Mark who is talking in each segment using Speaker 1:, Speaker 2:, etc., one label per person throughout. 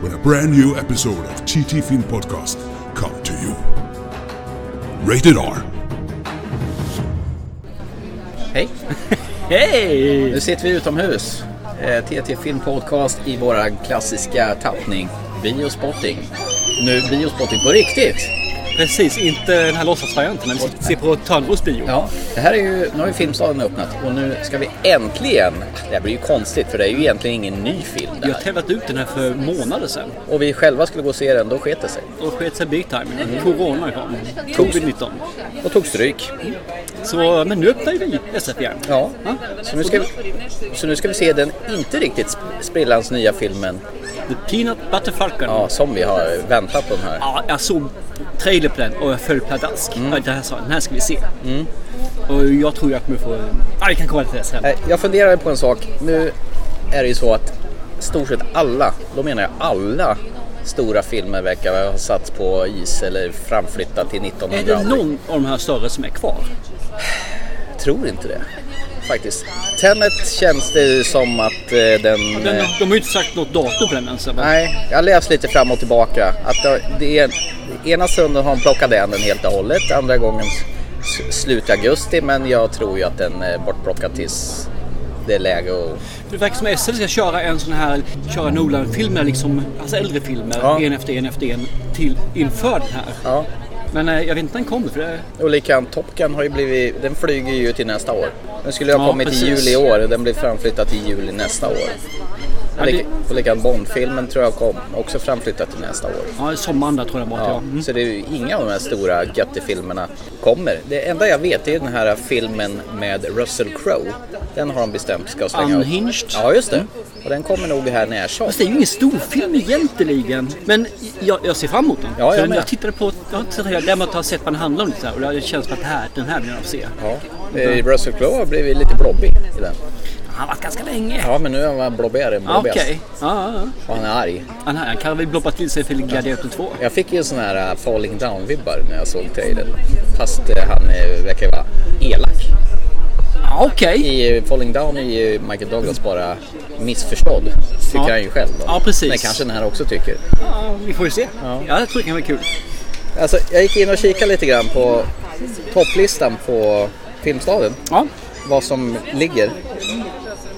Speaker 1: when a brand new episode of TT Film Podcast come to you. Rated R.
Speaker 2: Hej!
Speaker 3: Hej!
Speaker 2: Nu sitter vi utomhus. Eh, TT Film Podcast i våra klassiska tappning. Biospotting. Nu biospotting på riktigt!
Speaker 3: Precis, inte den här låtsasvarianten när vi ser på Törnros bio.
Speaker 2: Ja, det här är ju, nu har ju Filmstaden öppnat och nu ska vi äntligen, det här blir ju konstigt för det är ju egentligen ingen ny film det
Speaker 3: Jag
Speaker 2: här.
Speaker 3: har tävlat ut den här för månader sedan.
Speaker 2: Och vi själva skulle gå och se den, då sket det sig.
Speaker 3: Då sket sig big time.
Speaker 2: Mm.
Speaker 3: Corona kom. Covid-19.
Speaker 2: Och tog stryk.
Speaker 3: Så, men nu öppnar ju vi SF igen.
Speaker 2: Ja, så nu ska vi, så nu ska vi se den inte riktigt sp- sprillans nya filmen
Speaker 3: The Peanut Butter Falcon. Ja.
Speaker 2: ja, som vi har väntat på den här.
Speaker 3: jag såg trailer på den och jag föll pladask.
Speaker 2: Mm.
Speaker 3: Ja, det här sa jag, den här ska vi se. Och jag tror jag kommer få... Ja, vi kan komma till det sen.
Speaker 2: Nej, Eh, Jag funderar på en sak. Nu är det ju så att stort sett alla, då menar jag alla stora filmer verkar ha satts på is eller framflyttat till
Speaker 3: Är det
Speaker 2: 1900.
Speaker 3: någon av de här större som är kvar?
Speaker 2: Jag tror inte det faktiskt. Tenet känns det ju som att eh, den...
Speaker 3: Den,
Speaker 2: eh,
Speaker 3: de har ju inte sagt något datum på den ens. va?
Speaker 2: Nej, jag har läst lite fram och tillbaka. Att det- det är, ena stunden har de plockat den den helt och hållet, andra gången s- slut augusti. Men jag tror ju att den är bortplockad tills det är läge att
Speaker 3: Det verkar som att SL ska köra en sån här köra Nolan-filmer, liksom, alltså äldre filmer,
Speaker 2: Ja.
Speaker 3: en efter en efter en till inför den här.
Speaker 2: Ja.
Speaker 3: Men eh, jag vet inte när den kommer för det...
Speaker 2: Och likadant Top Gun har ju blivit, den flyger ju till nästa år. Den skulle ju ha
Speaker 3: Ja,
Speaker 2: kommit i
Speaker 3: precis.
Speaker 2: juli i år och den blir framflyttad till juli nästa år. Och, lik, och likadant Bond-filmen tror jag kom också framflyttad till nästa år.
Speaker 3: Ja, sommaren där tror jag den var.
Speaker 2: Ja,
Speaker 3: Ja. Mm.
Speaker 2: Så det är ju inga av de här stora göttefilmerna kommer. Det enda jag vet är den här filmen med Russell Crowe. Den har de bestämt ska slänga upp.
Speaker 3: Unhinged.
Speaker 2: Ja, just det. Och den kommer nog här när som.
Speaker 3: Fast det är ju ingen stor film egentligen. Men jag, jag ser fram emot den.
Speaker 2: Ja, jag
Speaker 3: För den-
Speaker 2: med.
Speaker 3: jag tittade på... Jag har inte sett den här, däremot har jag sett vad den handlar om. lite Så här, och det känns som att det här, den här vill jag se.
Speaker 2: Ja. Eh, Russell Crowe har blivit lite blobbig i den.
Speaker 3: Han har varit ganska länge.
Speaker 2: Ja, men nu är han blobbigare än
Speaker 3: Ja,
Speaker 2: blobbigast.
Speaker 3: Okej. Ja, ja, ja.
Speaker 2: Och han är arg.
Speaker 3: Han här kan väl bloppa till sig för Gladiator 2.
Speaker 2: Jag fick ju sån här äh, falling down-vibbar när jag såg trailern. Fast eh, han eh, verkar ju vara elak.
Speaker 3: Ja, Okej.
Speaker 2: I eh, falling down är ju Michael Douglas bara missförstådd. Tycker
Speaker 3: Ja.
Speaker 2: han ju själv. Då.
Speaker 3: Ja, precis.
Speaker 2: Men kanske den här också tycker.
Speaker 3: Ja, vi får ju se. Ja, jag tror det kan vara kul.
Speaker 2: Alltså, jag gick in och kikade lite grann på topplistan på Filmstaden.
Speaker 3: Ja.
Speaker 2: Vad som ligger.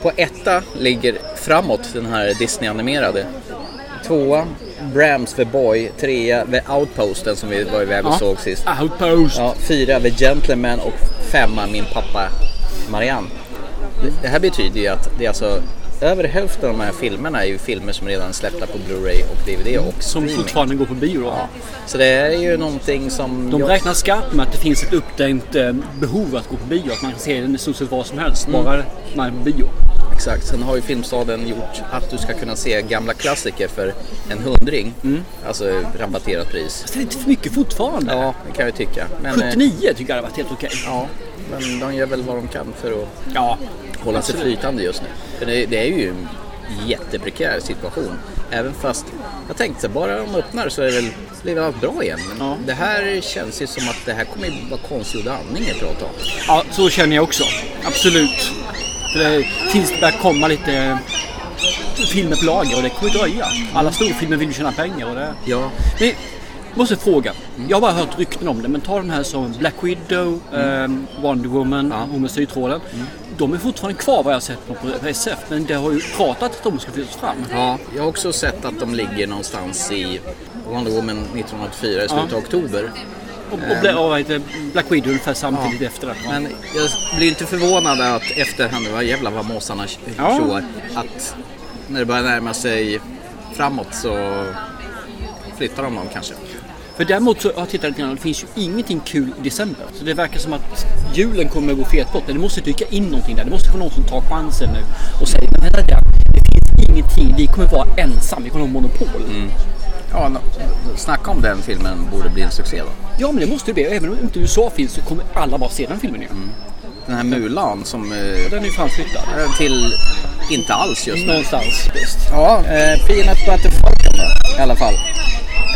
Speaker 2: På etta ligger Framåt, den här Disney-animerade. Tvåa, Brams The Boy. Trea, The Outpost, den som vi var iväg och
Speaker 3: Ja.
Speaker 2: såg sist.
Speaker 3: Outpost.
Speaker 2: Ja, fyra The Gentleman och femma Min pappa Marianne. Det- Det här betyder ju att det är alltså över hälften av de här filmerna är ju filmer som redan är släppta på Blu-ray och DVD och
Speaker 3: Mm. Som
Speaker 2: streaming.
Speaker 3: fortfarande går på bio då.
Speaker 2: Så det är ju någonting som...
Speaker 3: De
Speaker 2: jag-
Speaker 3: räknar skarpt med att det finns ett uppdämt eh, behov att gå på bio. Att man kan se den i stort sett var som helst. Bara man är på bio.
Speaker 2: Exakt, sen har ju Filmstaden gjort att du ska kunna se gamla klassiker för en hundring.
Speaker 3: Mm.
Speaker 2: Alltså rabatterat pris.
Speaker 3: Fast det är lite för mycket fortfarande.
Speaker 2: Ja, det kan jag ju tycka. Men, eh,
Speaker 3: 79 tycker jag hade varit helt okej.
Speaker 2: Ja, men de gör väl vad de kan för att
Speaker 3: Ja.
Speaker 2: hålla sig
Speaker 3: Absolut.
Speaker 2: flytande just nu. För det, det är ju en jätteprekär situation. Även fast jag tänkte så här, bara de öppnar så är det väl, blir väl allt bra igen. Men
Speaker 3: Ja.
Speaker 2: det här känns ju som att det här kommer ju vara konstgjord andning ett bra tag.
Speaker 3: ja, så känner jag också. Absolut. För det, tills det börjar komma lite filmer på lager och det kommer dröja. Alla storfilmer vill ju tjäna pengar och det...
Speaker 2: Ja.
Speaker 3: Men, jag måste fråga. Jag har bara hört rykten om det, men ta de här som Black Widow, eh, Wonder Woman, hon med sytråden. De är fortfarande kvar vad jag har sett på, på SF, men det har ju pratat att de ska flyttas fram.
Speaker 2: Ja, jag har också sett att de ligger någonstans i Wonder Woman 1984 i slutet av oktober.
Speaker 3: Och, och, det, och vad heter det? Black Widow ungefär samtidigt efter det.
Speaker 2: Men jag blir inte förvånad att efterhand, vad jävlar vad måsarna tj-
Speaker 3: Ja.
Speaker 2: tjoar, att när det börjar närma sig framåt så flyttar de dem kanske.
Speaker 3: För däremot så har jag tittat lite grann och det finns ju ingenting kul i december. Så det verkar som att julen kommer att gå fetbort. Men Det måste dyka in någonting där. Det måste vara någon som tar chansen nu och säger men vänta där, det finns ingenting. Vi kommer vara ensam. Vi kommer ha monopol.
Speaker 2: Ja, nå- snacka om den filmen borde bli en succé då.
Speaker 3: Ja, men det måste det bli. Även om inte USA finns så kommer alla bara se den filmen ju.
Speaker 2: Den här Mulan som eh,
Speaker 3: Mm. Den är ju framflyttad.
Speaker 2: är till inte alls just nu.
Speaker 3: Någonstans. Visst.
Speaker 2: Ja, eh, Peanut Butter Falcon då, i alla fall.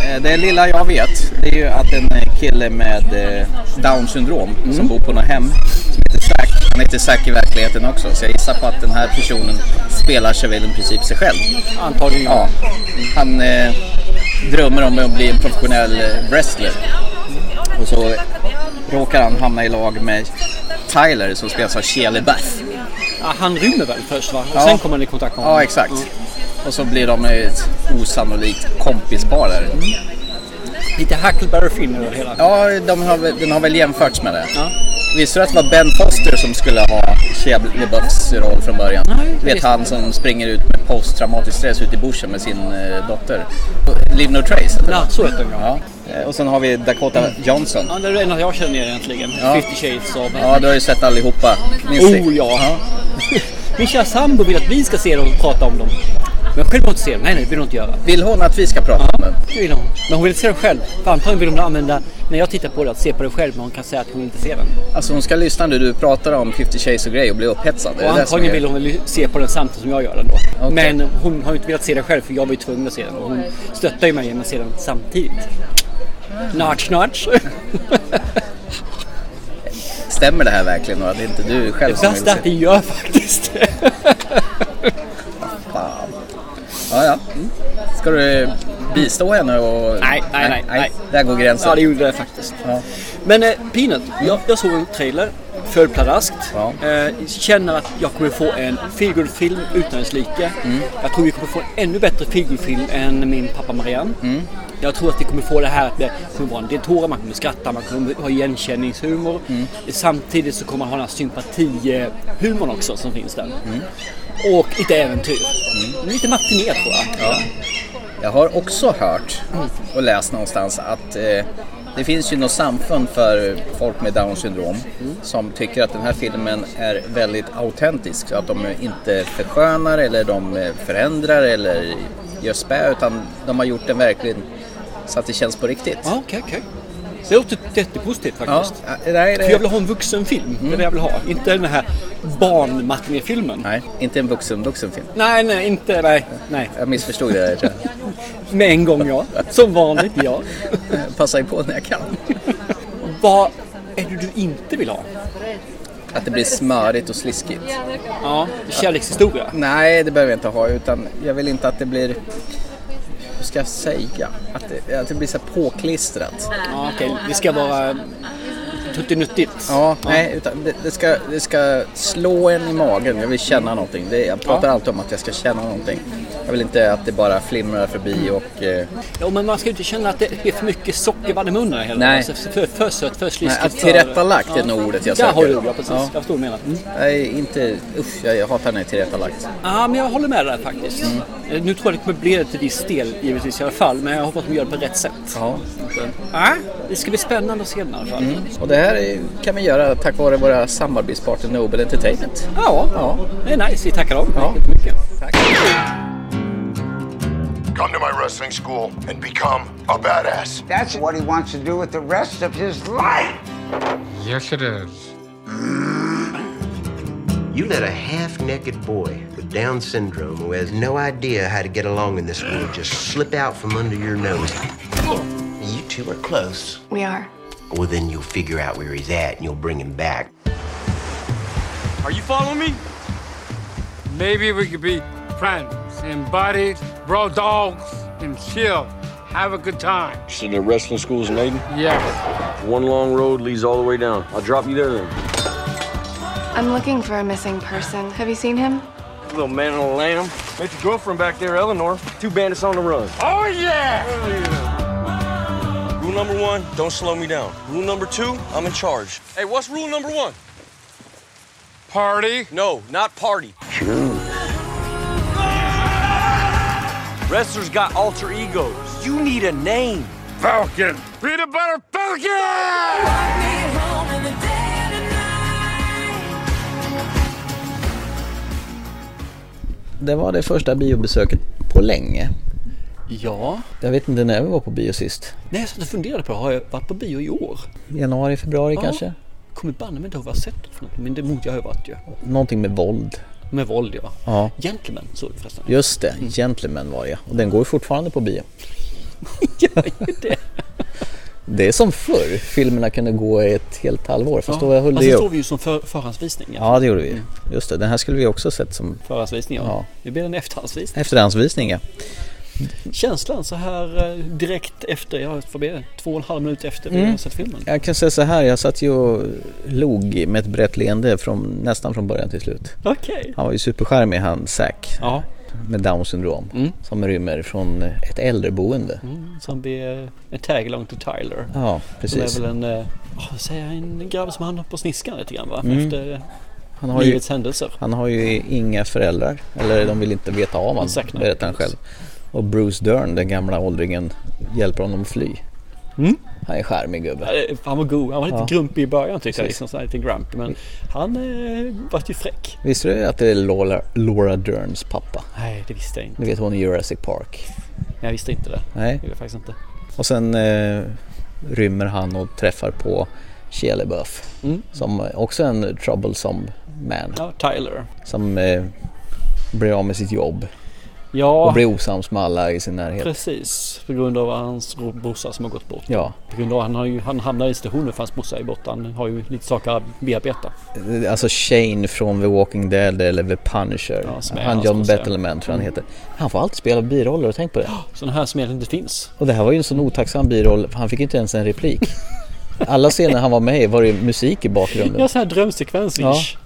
Speaker 2: Eh, det lilla jag vet det är ju att en eh, kille med eh, down syndrom som bor på något hem som heter Zack, han heter Zack i verkligheten också så jag gissar på att den här personen spelar sig väl i princip sig själv.
Speaker 3: Antagligen.
Speaker 2: Ja, han eh, drömmer om att bli en professionell eh, wrestler. Och så råkar han hamna i lag med Tyler som spelas av Shia Bath.
Speaker 3: Ja, han rymmer väl först va? Och
Speaker 2: Ja.
Speaker 3: Sen kommer han i kontakt med
Speaker 2: Ja, exakt. Och så blir de ett osannolikt kompispar där.
Speaker 3: Lite Huckleberry Finn över det hela.
Speaker 2: Ja, de har, väl- den har väl jämförts med det.
Speaker 3: Ja.
Speaker 2: Visste du att det var Ben Foster som skulle ha Shia LaBeoufs roll från början?
Speaker 3: Nej,
Speaker 2: Du vet
Speaker 3: visst.
Speaker 2: han som springer ut med posttraumatisk stress ut i bushen med sin eh, dotter. Leave No Trace heter
Speaker 3: Ja,
Speaker 2: den.
Speaker 3: så heter den ja.
Speaker 2: Ja. Eh, Och sen har vi Dakota Johnson.
Speaker 3: Ja, det är det enda jag känner igen egentligen.
Speaker 2: Ja.
Speaker 3: 50 shades av...
Speaker 2: Ja, du har ju sett allihopa. Minst
Speaker 3: Oh ja! Min kära sambo vill att vi ska se dem och prata om dem. Men själv vill hon inte se dem. Nej, nej, det vill hon inte göra.
Speaker 2: Vill hon att vi ska prata om den?
Speaker 3: Det vill hon. Men hon vill inte se dem själv. För antagligen vill hon använda, när jag tittar på det, att se på det själv. Men hon kan säga att hon inte ser den.
Speaker 2: Alltså hon ska lyssna nu. Du pratar om 50 Shades och Grey och blir upphetsad. Är det det
Speaker 3: Och
Speaker 2: som
Speaker 3: antagligen
Speaker 2: är-
Speaker 3: vill hon väl se på den samtidigt som jag gör den då.
Speaker 2: Okej.
Speaker 3: Men hon har ju inte velat se den själv för jag var ju tvungen att se den. Och hon stöttar ju mig genom att se den samtidigt.
Speaker 2: Ah.
Speaker 3: Notch, notch.
Speaker 2: Stämmer det här verkligen? Och att det är inte du själv
Speaker 3: Det
Speaker 2: som vill
Speaker 3: värsta är
Speaker 2: se?
Speaker 3: att det gör faktiskt det.
Speaker 2: Ja, ja. Mm. Ska du bistå henne? Och...
Speaker 3: Nej, nej, nej, nej.
Speaker 2: Där går gränsen.
Speaker 3: Ja, det gjorde det faktiskt.
Speaker 2: Ja.
Speaker 3: Men eh, Peanut, jag, jag såg en trailer, föll pladaskt.
Speaker 2: Ja.
Speaker 3: Eh, känner att jag kommer få en feelgood-film utan dess like.
Speaker 2: Mm.
Speaker 3: Jag tror vi kommer få en ännu bättre feelgood-film än min pappa Marianne.
Speaker 2: Mm.
Speaker 3: Jag tror att vi kommer få det här att det kommer vara en del tårar, man kommer skratta, man kommer ha igenkänningshumor.
Speaker 2: Mm.
Speaker 3: Samtidigt så kommer man ha den här sympatihumorn också som finns där.
Speaker 2: Mm.
Speaker 3: Och lite äventyr. Lite matiné tror jag.
Speaker 2: Jag har också hört och läst någonstans att eh, det finns ju något samfund för folk med Downs syndrom som tycker att den här filmen är väldigt autentisk. Så att de inte förskönar eller de eh, förändrar eller gör spä utan de har gjort den verkligen så att det känns på riktigt.
Speaker 3: Ja, okej, okej. Det låter jättepositivt
Speaker 2: Ja,
Speaker 3: faktiskt.
Speaker 2: eh, nej,
Speaker 3: För jag vill
Speaker 2: det...
Speaker 3: ha en vuxenfilm.
Speaker 2: Mm.
Speaker 3: Det är det jag vill ha. Inte den här barnmatinéfilmen.
Speaker 2: nej, inte en vuxen vuxen film.
Speaker 3: Nej, nej, inte, nej, nej.
Speaker 2: Jag missförstod det där tror jag.
Speaker 3: Med en gång ja. Som vanligt ja.
Speaker 2: Jag Passar ju på när jag kan.
Speaker 3: Vad är det du inte vill ha?
Speaker 2: Att det blir smörigt och sliskigt.
Speaker 3: Ja, kärlekshistoria.
Speaker 2: Nej, det behöver jag inte ha. Utan jag vill inte att det blir... Hur ska jag säga? Att det, att det blir så här påklistrat.
Speaker 3: Ja, okej. Det ska vara tuttinuttigt.
Speaker 2: Ja, nej. Utan det, det, ska, det ska slå en i magen. Jag vill känna någonting. Det, jag pratar
Speaker 3: Ja.
Speaker 2: alltid om att jag ska känna någonting. Jag vill inte att det bara flimrar förbi och... Eh,
Speaker 3: Ja, men man ska ju inte känna att det är för mycket sockervadd i munnen heller.
Speaker 2: Nej.
Speaker 3: Alltså, för, för sött, för
Speaker 2: Nej,
Speaker 3: sliskigt.
Speaker 2: att
Speaker 3: för-
Speaker 2: tillrättalagt är nog ordet jag
Speaker 3: Där
Speaker 2: söker.
Speaker 3: har du det, ja, precis.
Speaker 2: Ja.
Speaker 3: Jag förstår vad du menar. Mm.
Speaker 2: nej, inte... Usch, jag, jag hatar när det är tillrättalagt.
Speaker 3: Ja, men jag håller med där faktiskt.
Speaker 2: Mm.
Speaker 3: Eh, Nu tror jag det kommer bli det till viss del, givetvis i alla fall. Men jag hoppas att de gör det på rätt sätt.
Speaker 2: Ja.
Speaker 3: Ja, det ska bli spännande att se den i alla fall.
Speaker 2: Och det här är, kan vi göra tack vare våra samarbetspartner Nobel Entertainment.
Speaker 3: Ja,
Speaker 2: Ja.
Speaker 3: det är nice. Vi tackar dem.
Speaker 2: Ja.
Speaker 3: Jättemycket.
Speaker 4: Come to my wrestling school and become a badass.
Speaker 5: That's what he wants to do with the rest of his life.
Speaker 6: Yes, it is.
Speaker 7: You let a half naked boy with Down syndrome who has no idea how to get along in this world just slip out from under your nose. You two are close.
Speaker 8: We are.
Speaker 7: Well, then you'll figure out where he's at and you'll bring him back.
Speaker 6: Are you following me? Maybe we could be friends and buddies, bro dogs, and chill. Have a good time.
Speaker 9: So the wrestling school's in Aiden?
Speaker 6: Yes.
Speaker 9: One long road leads all the way down. I'll drop you there then.
Speaker 8: I'm looking for a missing person. Have you seen him?
Speaker 9: Little man on a lamb. Met your girlfriend back there, Eleanor. Two bandits on the run.
Speaker 6: Oh, yeah!
Speaker 9: Rule number one, don't slow me down. Rule number two, I'm in charge. Hey, what's rule number one?
Speaker 6: Party.
Speaker 9: No, not party. Wrestlers got alter egos. You need a name.
Speaker 6: Falcon. Peanut butter falcon!
Speaker 2: Det var det första biobesöket på länge.
Speaker 3: Ja.
Speaker 2: Jag vet inte när vi var på bio sist.
Speaker 3: Nej, jag satt och funderade på det. Har jag varit på bio i år?
Speaker 2: Januari, februari
Speaker 3: Ja.
Speaker 2: kanske?
Speaker 3: Kommer banne mig inte ihåg vad jag sett för något. Men det mot jag har ju varit ju.
Speaker 2: Någonting med våld.
Speaker 3: Med våld ja.
Speaker 2: Ja.
Speaker 3: Gentlemen såg vi förresten.
Speaker 2: Just det, Gentlemen var det Och den går ju fortfarande på bio.
Speaker 3: det.
Speaker 2: Det är som förr, filmerna kunde gå i ett helt halvår. Fast då höll
Speaker 3: Fast Mm.
Speaker 2: det
Speaker 3: sen
Speaker 2: ju
Speaker 3: såg
Speaker 2: upp.
Speaker 3: vi ju som för, förhandsvisning. Ja.
Speaker 2: Ja, det gjorde vi. Just det, den här skulle vi också sett som
Speaker 3: Förhandsvisning ja.
Speaker 2: Ja.
Speaker 3: Nu blir det en efterhandsvisning.
Speaker 2: efterhandsvisning. Ja.
Speaker 3: Känslan så här eh, direkt efter, jag får be det, två och en halv minut efter
Speaker 2: Mm.
Speaker 3: vi har sett filmen.
Speaker 2: Jag kan säga så här, jag satt ju och log med ett brett leende från, nästan från början till slut.
Speaker 3: Okej.
Speaker 2: Han var ju supercharmig han Zack
Speaker 3: Ja,
Speaker 2: med Downs syndrom
Speaker 3: Mm.
Speaker 2: som rymmer från ett äldreboende.
Speaker 3: som blir eh, en tag-along till Tyler.
Speaker 2: Ja,
Speaker 3: Som Mm. är
Speaker 2: precis.
Speaker 3: väl en, eh, åh, vad säger jag, en grabb som hamnar på sniskan lite grann
Speaker 2: Mm.
Speaker 3: va? Efter eh,
Speaker 2: Han har, ju,
Speaker 3: livets händelser.
Speaker 2: han har ju inga föräldrar, eller de vill inte veta av honom,
Speaker 3: Exakt.
Speaker 2: berättar han själv. Och Bruce Dern, den gamla åldringen, hjälper honom att fly.
Speaker 3: Mm.
Speaker 2: Han är en charmig gubbe.
Speaker 3: Eh, Han var god, han var lite
Speaker 2: Ja.
Speaker 3: grumpig i början tyckte jag,
Speaker 2: Precis.
Speaker 3: liksom, sådär, lite grumpy. Men han eh, var ju fräck.
Speaker 2: Visste du att det är Laura, Laura Derns pappa?
Speaker 3: Nej, det visste jag inte.
Speaker 2: Du vet hon i Jurassic Park.
Speaker 3: Nej, Jag visste inte det.
Speaker 2: Nej.
Speaker 3: Det gjorde jag faktiskt inte.
Speaker 2: Och sen eh, rymmer han och träffar på Shia Buff
Speaker 3: Mm.
Speaker 2: som också är en troublesome man
Speaker 3: Ja, Tyler.
Speaker 2: som eh, blir av med sitt jobb och
Speaker 3: Ja,
Speaker 2: blir osams med alla i sin närhet.
Speaker 3: precis. På grund av hans ro- brorsa som har gått bort.
Speaker 2: Ja,
Speaker 3: På grund av han, har ju, han hamnar i situationen för hans brorsa är borta. Han har ju lite saker att bearbeta.
Speaker 2: alltså Shane från The Walking Dead eller The Punisher.
Speaker 3: Ja, som är
Speaker 2: han
Speaker 3: hans Mm.
Speaker 2: John
Speaker 3: brorsa, ja.
Speaker 2: Battleman tror jag han heter. Han får alltid spela biroller, tänk på det.
Speaker 3: Sådana här som egentligen inte finns.
Speaker 2: Och det här var ju en sån otacksam biroll, för han fick ju inte ens en replik. Alla scener han var med i var det musik i bakgrunden.
Speaker 3: Ja, sådana här drömsekvenser ish.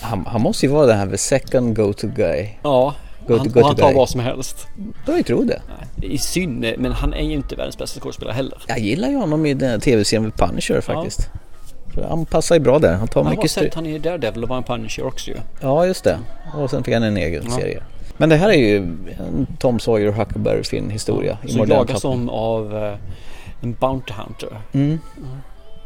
Speaker 2: Han, han måste ju vara den här the second go-to guy.
Speaker 3: Ja,
Speaker 2: Go
Speaker 3: han,
Speaker 2: to- go
Speaker 3: och han
Speaker 2: to
Speaker 3: tar
Speaker 2: guy.
Speaker 3: vad som helst.
Speaker 2: Då jag tror det.
Speaker 3: I synne, men han är ju inte världens bästa skådespelare heller.
Speaker 2: Jag gillar ju honom i den här tv-serien The Punisher faktiskt. För han passar ju bra där. Han tar
Speaker 3: Han har
Speaker 2: mycket
Speaker 3: sett
Speaker 2: stryk.
Speaker 3: han är Daredevil och var en Punisher också ju.
Speaker 2: Ja, just det. Och sen fick han en egen serie. Men det här är ju en Tom Sawyer och Huckleberry Finn historia. i
Speaker 3: Som
Speaker 2: modern
Speaker 3: jagas
Speaker 2: tappning.
Speaker 3: om av eh, en Bounty Hunter. Mm.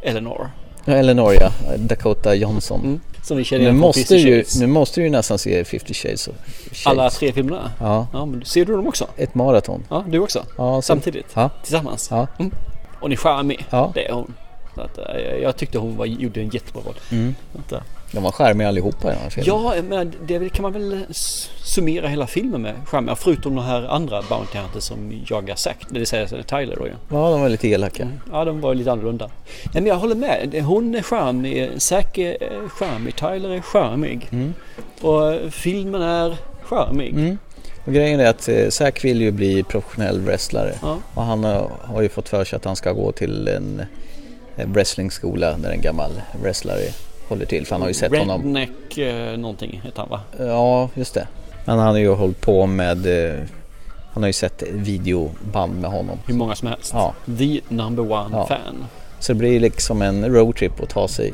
Speaker 3: Eleanor.
Speaker 2: Ja, Eleanor ja. Dakota Johnson.
Speaker 3: Som vi känner
Speaker 2: Nu,
Speaker 3: igen från
Speaker 2: måste
Speaker 3: Fifty
Speaker 2: ju,
Speaker 3: Shades.
Speaker 2: nu måste du ju nästan se 50 Shades. of- Shades.
Speaker 3: Alla tre filmerna?
Speaker 2: Ja,
Speaker 3: Ja, men ser du dem också?
Speaker 2: ett maraton.
Speaker 3: Ja, du också?
Speaker 2: Ja, så-
Speaker 3: Samtidigt?
Speaker 2: Ja.
Speaker 3: Tillsammans?
Speaker 2: Ja.
Speaker 3: Mm. Och ni är charmig?
Speaker 2: Ja.
Speaker 3: Det är hon. Så att, eh, jag tyckte hon var, gjorde en jättebra roll.
Speaker 2: Mm.
Speaker 3: Så att, eh,
Speaker 2: De var charmiga allihopa i den här filmen.
Speaker 3: Ja, men det är väl- kan man väl eh, s- summera hela filmen med charmiga. Förutom de här andra Bounty Hunters som jagar Zack, det vill säga Tyler då ju.
Speaker 2: ja, de var lite elaka.
Speaker 3: Ja, de var ju lite annorlunda. Nej, men jag håller med. Hon är charmig, Zack är eh, charmig, Tyler är charmig.
Speaker 2: Mm.
Speaker 3: Och eh, filmen är charmig.
Speaker 2: Och grejen är att eh, Zack vill ju bli professionell wrestlare
Speaker 3: Ja.
Speaker 2: och han har, har ju fått för sig att han ska gå till en, en wrestlingskola där en gammal wrestlare håller till för han har ju sett honom.
Speaker 3: Redneck eh, någonting heter han va?
Speaker 2: Ja, just det. Men han har ju hållit på med, eh, han har ju sett videoband med honom.
Speaker 3: Hur många som helst.
Speaker 2: Ja.
Speaker 3: The number one
Speaker 2: Ja.
Speaker 3: fan.
Speaker 2: Så det blir liksom en roadtrip att ta sig i.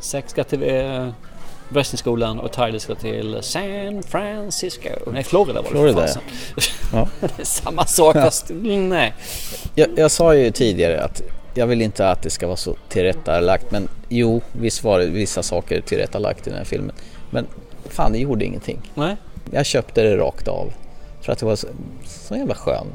Speaker 3: Zack ska till eh, wrestlingskolan och Tyler ska till San Francisco. Nej, Florida var det.
Speaker 2: Florida,
Speaker 3: för fasen.
Speaker 2: Ja.
Speaker 3: det är samma sak fast nej.
Speaker 2: Jag, jag sa ju tidigare att jag vill inte att det ska vara så tillrättalagt men jo, visst var det vissa saker tillrättalagt i den här filmen. Men fan, det gjorde ingenting.
Speaker 3: nej.
Speaker 2: Jag köpte det rakt av. För att det var så, så jävla skön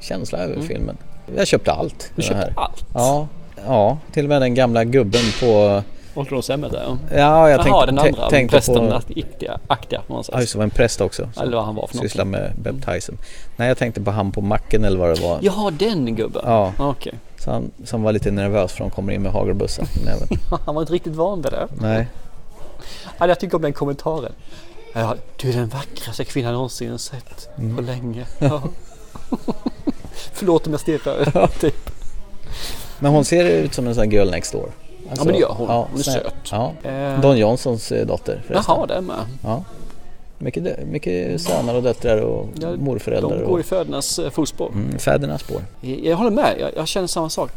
Speaker 2: känsla över filmen. Jag köpte allt.
Speaker 3: Mm. Du
Speaker 2: i den
Speaker 3: köpte allt?
Speaker 2: Ja, ja, till och med den gamla gubben på...
Speaker 3: Ålderdomshemmet där ja.
Speaker 2: Ja, jag
Speaker 3: Jaha,
Speaker 2: tänkte,
Speaker 3: den
Speaker 2: tä-
Speaker 3: andra.
Speaker 2: tänkte på...
Speaker 3: Prästenaktiga, aktiga på något
Speaker 2: Ja, just
Speaker 3: sätt.
Speaker 2: det, var en präst också. som
Speaker 3: Eller vad han var för
Speaker 2: Sysslar med baptism. Nej, jag tänkte på han på macken eller vad det var.
Speaker 3: Jaha, den gubben.
Speaker 2: Ja.
Speaker 3: Okej.
Speaker 2: Så han, som var lite nervös för de kommer in med hagelbössa i näven.
Speaker 3: Han var inte riktigt van vid det.
Speaker 2: Nej.
Speaker 3: Alltså, jag tycker om den kommentaren. Ja, du är den vackraste kvinnan jag någonsin sett på
Speaker 2: Mm.
Speaker 3: länge. Ja. Förlåt om jag stirrar. typ.
Speaker 2: Men hon ser ut som en sån här girl next door. Alltså,
Speaker 3: men det gör hon. Hon är
Speaker 2: sån här-
Speaker 3: söt.
Speaker 2: Ja.
Speaker 3: Eh.
Speaker 2: Don Johnsons eh, dotter förresten.
Speaker 3: Jaha, det med.
Speaker 2: Ja. Mycket, dö- mycket söner och döttrar och
Speaker 3: Ja,
Speaker 2: morföräldrar
Speaker 3: De går
Speaker 2: och
Speaker 3: i fädernas eh, fotspår.
Speaker 2: mm, fädernas spår.
Speaker 3: Jag, jag håller med, jag, jag känner samma sak.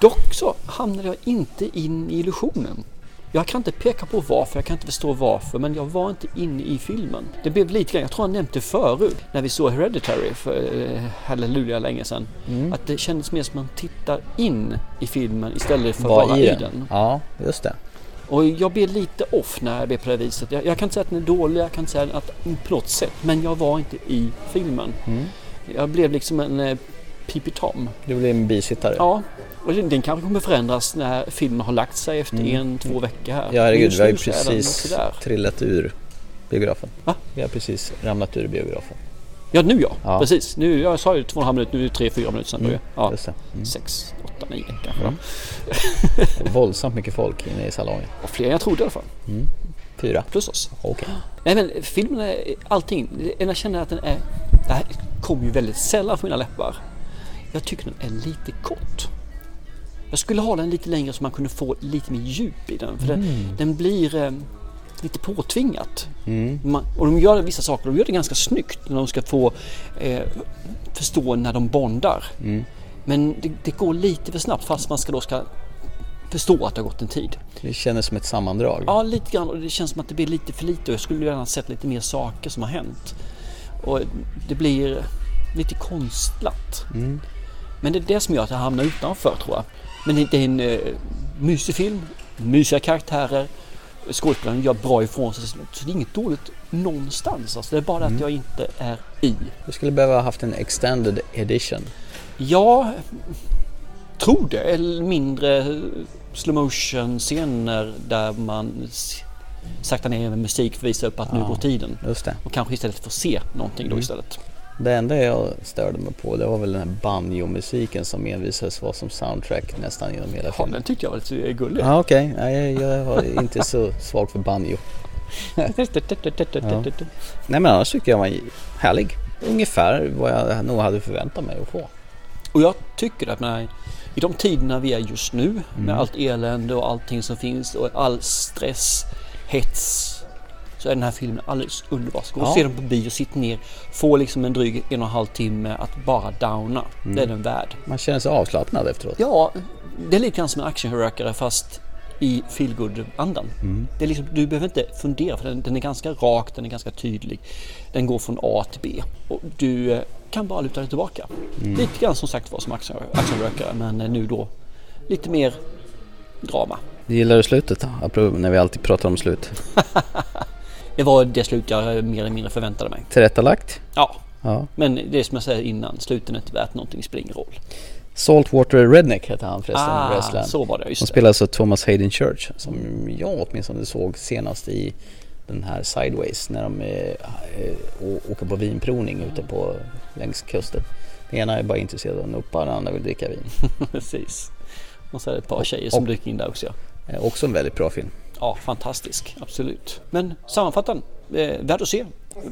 Speaker 3: Dock så hamnade jag inte in i illusionen. Jag kan inte peka på varför, jag kan inte förstå varför, men jag var inte inne i filmen. Det blev lite grann, jag tror jag nämnt det förut, när vi såg Hereditary för eh, halleluja länge sedan. Att det kändes mer som att man tittar in i filmen istället för
Speaker 2: Var
Speaker 3: bara
Speaker 2: i den. Ja, just det.
Speaker 3: Och jag blev lite off när jag blev på det viset. mm, Jag, jag kan inte säga att den är dålig, jag kan inte säga att på något sätt, men jag var inte i filmen. Jag blev liksom en eh, pipitam.
Speaker 2: Du blir en bisittare.
Speaker 3: Ja, och den den kanske kommer förändras när filmen har lagt sig efter en, två veckor här.
Speaker 2: Mm. Ja herregud,
Speaker 3: Just
Speaker 2: vi har ju
Speaker 3: nu så är den
Speaker 2: precis
Speaker 3: också där.
Speaker 2: trillat ur biografen.
Speaker 3: Va?
Speaker 2: Vi har precis ramlat ur biografen.
Speaker 3: Ja, nu ja.
Speaker 2: Ja.
Speaker 3: Precis. Nu, jag sa ju två och en halv minut, nu är det tre, fyra minuter sedan. Mm. Ja.
Speaker 2: Just det. Mm.
Speaker 3: Sex, åtta, nio kanske. då.
Speaker 2: Våldsamt mycket folk inne i salongen.
Speaker 3: Och fler än jag trodde i alla fall.
Speaker 2: Fyra.
Speaker 3: Plus oss.
Speaker 2: Okej.
Speaker 3: Nej men filmen, är, allting. det enda Jag känner att den är... Det här kommer ju väldigt sällan från mina läppar. Jag tycker den är lite kort. Jag skulle ha den lite längre så man kunde få lite mer djup i den. För den, den blir eh, lite påtvingat. Man, och de gör vissa saker, de gör det ganska snyggt när de ska få eh, förstå när de bondar. Men det, det går lite för snabbt fast man ska då ska förstå att det har gått en tid.
Speaker 2: Det kändes som ett sammandrag.
Speaker 3: Ja, lite grann. Och det känns som att det blir lite för lite. Och jag skulle gärna sett lite mer saker som har hänt. Och det blir lite konstlat. Men det är det som gör att jag hamnar utanför tror jag. Men det- det är en eh, mysig film, mysiga karaktärer. Skådespelaren gör bra ifrån sig. Så det är inget dåligt någonstans. Alltså, det är bara det att jag inte är i.
Speaker 2: Du skulle behöva ha haft en extended edition.
Speaker 3: Jag tror det. Eller mindre slow motion scener där man s- sakta ner med musik för att visa upp att nu går tiden.
Speaker 2: Just det. Mm.
Speaker 3: Och kanske istället få se någonting då istället.
Speaker 2: Det enda jag störde mig på det var väl den här banjo-musiken som envisades vara som soundtrack nästan genom hela
Speaker 3: Ja,
Speaker 2: filmen.
Speaker 3: den tyckte jag var lite gullig.
Speaker 2: Ja, okej. Nej, jag, jag var inte så svag för banjo. Nej, men annars tycker jag var härlig. Ungefär vad jag nog hade förväntat mig att få.
Speaker 3: Och jag tycker att när, i de tiderna vi är just nu med allt elände och allting som finns och all stress, hets så är den här filmen alldeles underbar. Så gå och
Speaker 2: Ja.
Speaker 3: se den på bio, sitt ner, få liksom en dryg en och en halv timme att bara downa. Det är den värd.
Speaker 2: Man känner sig avslappnad efteråt.
Speaker 3: Ja, det är lite grann som en actionhörökare fast i feelgood-andan.
Speaker 2: Mm.
Speaker 3: Det är liksom, du behöver inte fundera för den, den är ganska rak, den är ganska tydlig. Den går från A till B och du eh, kan bara luta dig tillbaka.
Speaker 2: Mm.
Speaker 3: Lite grann som sagt var som action- actionhörökare men eh, nu då lite mer drama.
Speaker 2: Gillar du slutet? Apropå när vi alltid pratar om slut.
Speaker 3: Det var det slut jag eh, mer eller mindre förväntade mig.
Speaker 2: Tillrättalagt?
Speaker 3: Ja,
Speaker 2: Ja.
Speaker 3: men det är som jag säger innan, sluten är inte värt någonting, spelar ingen roll.
Speaker 2: Saltwater Redneck hette han förresten,
Speaker 3: Ah,
Speaker 2: wrestlaren.
Speaker 3: så var det, just
Speaker 2: Hon
Speaker 3: det.
Speaker 2: spelar alltså Thomas Hayden Church som jag åtminstone såg senast i den här Sideways när de eh, eh, å- åker på vinprovning ute på längs kusten. Den ena är bara intresserad av att nuppa, den andra vill dricka vin.
Speaker 3: Precis. Och så är det ett par tjejer som
Speaker 2: och-
Speaker 3: dyker in där också. Ja.
Speaker 2: Eh, också en väldigt bra film.
Speaker 3: Ja, fantastisk. Absolut. Men sammanfattande, eh, värd att se.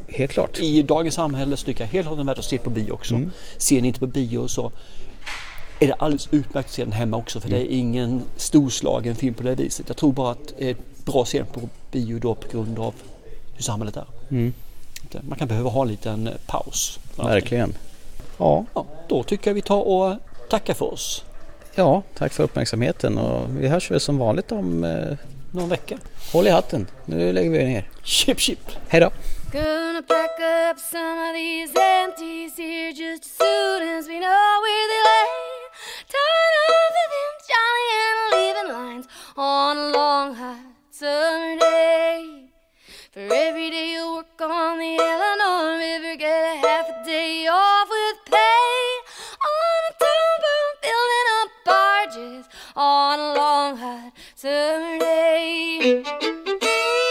Speaker 2: Helt klart.
Speaker 3: I dagens samhälle så tycker jag helt och hållet värd att se på bio också. Ser ni inte på bio så är det alldeles utmärkt att se den hemma också för det är ingen storslagen film på det viset. Jag tror bara att det är bra att se den på bio då på grund av hur samhället är. Man kan behöva ha en liten eh, paus. från allting.
Speaker 2: Verkligen. Ja,
Speaker 3: Ja, då tycker jag vi tar och tackar för oss.
Speaker 2: ja, tack för uppmärksamheten och vi hörs väl som vanligt om... Eh,
Speaker 3: Någon vecka.
Speaker 2: håll i hatten, nu lägger vi ner.
Speaker 3: Chip chip!
Speaker 2: Hej då!
Speaker 8: Gonna pack up some of these empties here just as soon as we know where they lay. Tired of living jolly and leaving lines on a long hot summer day. For every day you work on the Illinois River, get a half a day off with pay. On a towboat building up barges on a long hot summer day.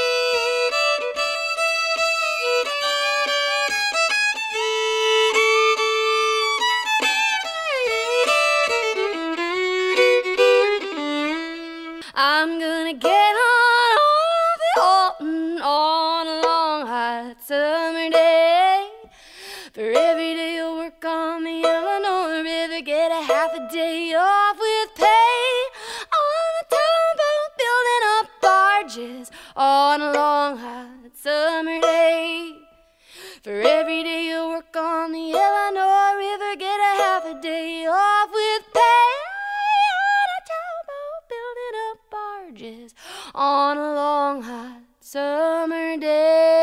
Speaker 8: I'm gonna get on off the Alton on a long hot summer day. For every day you work on the Illinois River, get a half a day off with pay. On the towboat building up barges on a long hot summer day. For every day you work on the Illinois River, get a half a day off with pay on a towboat building up barges on a long hot summer day.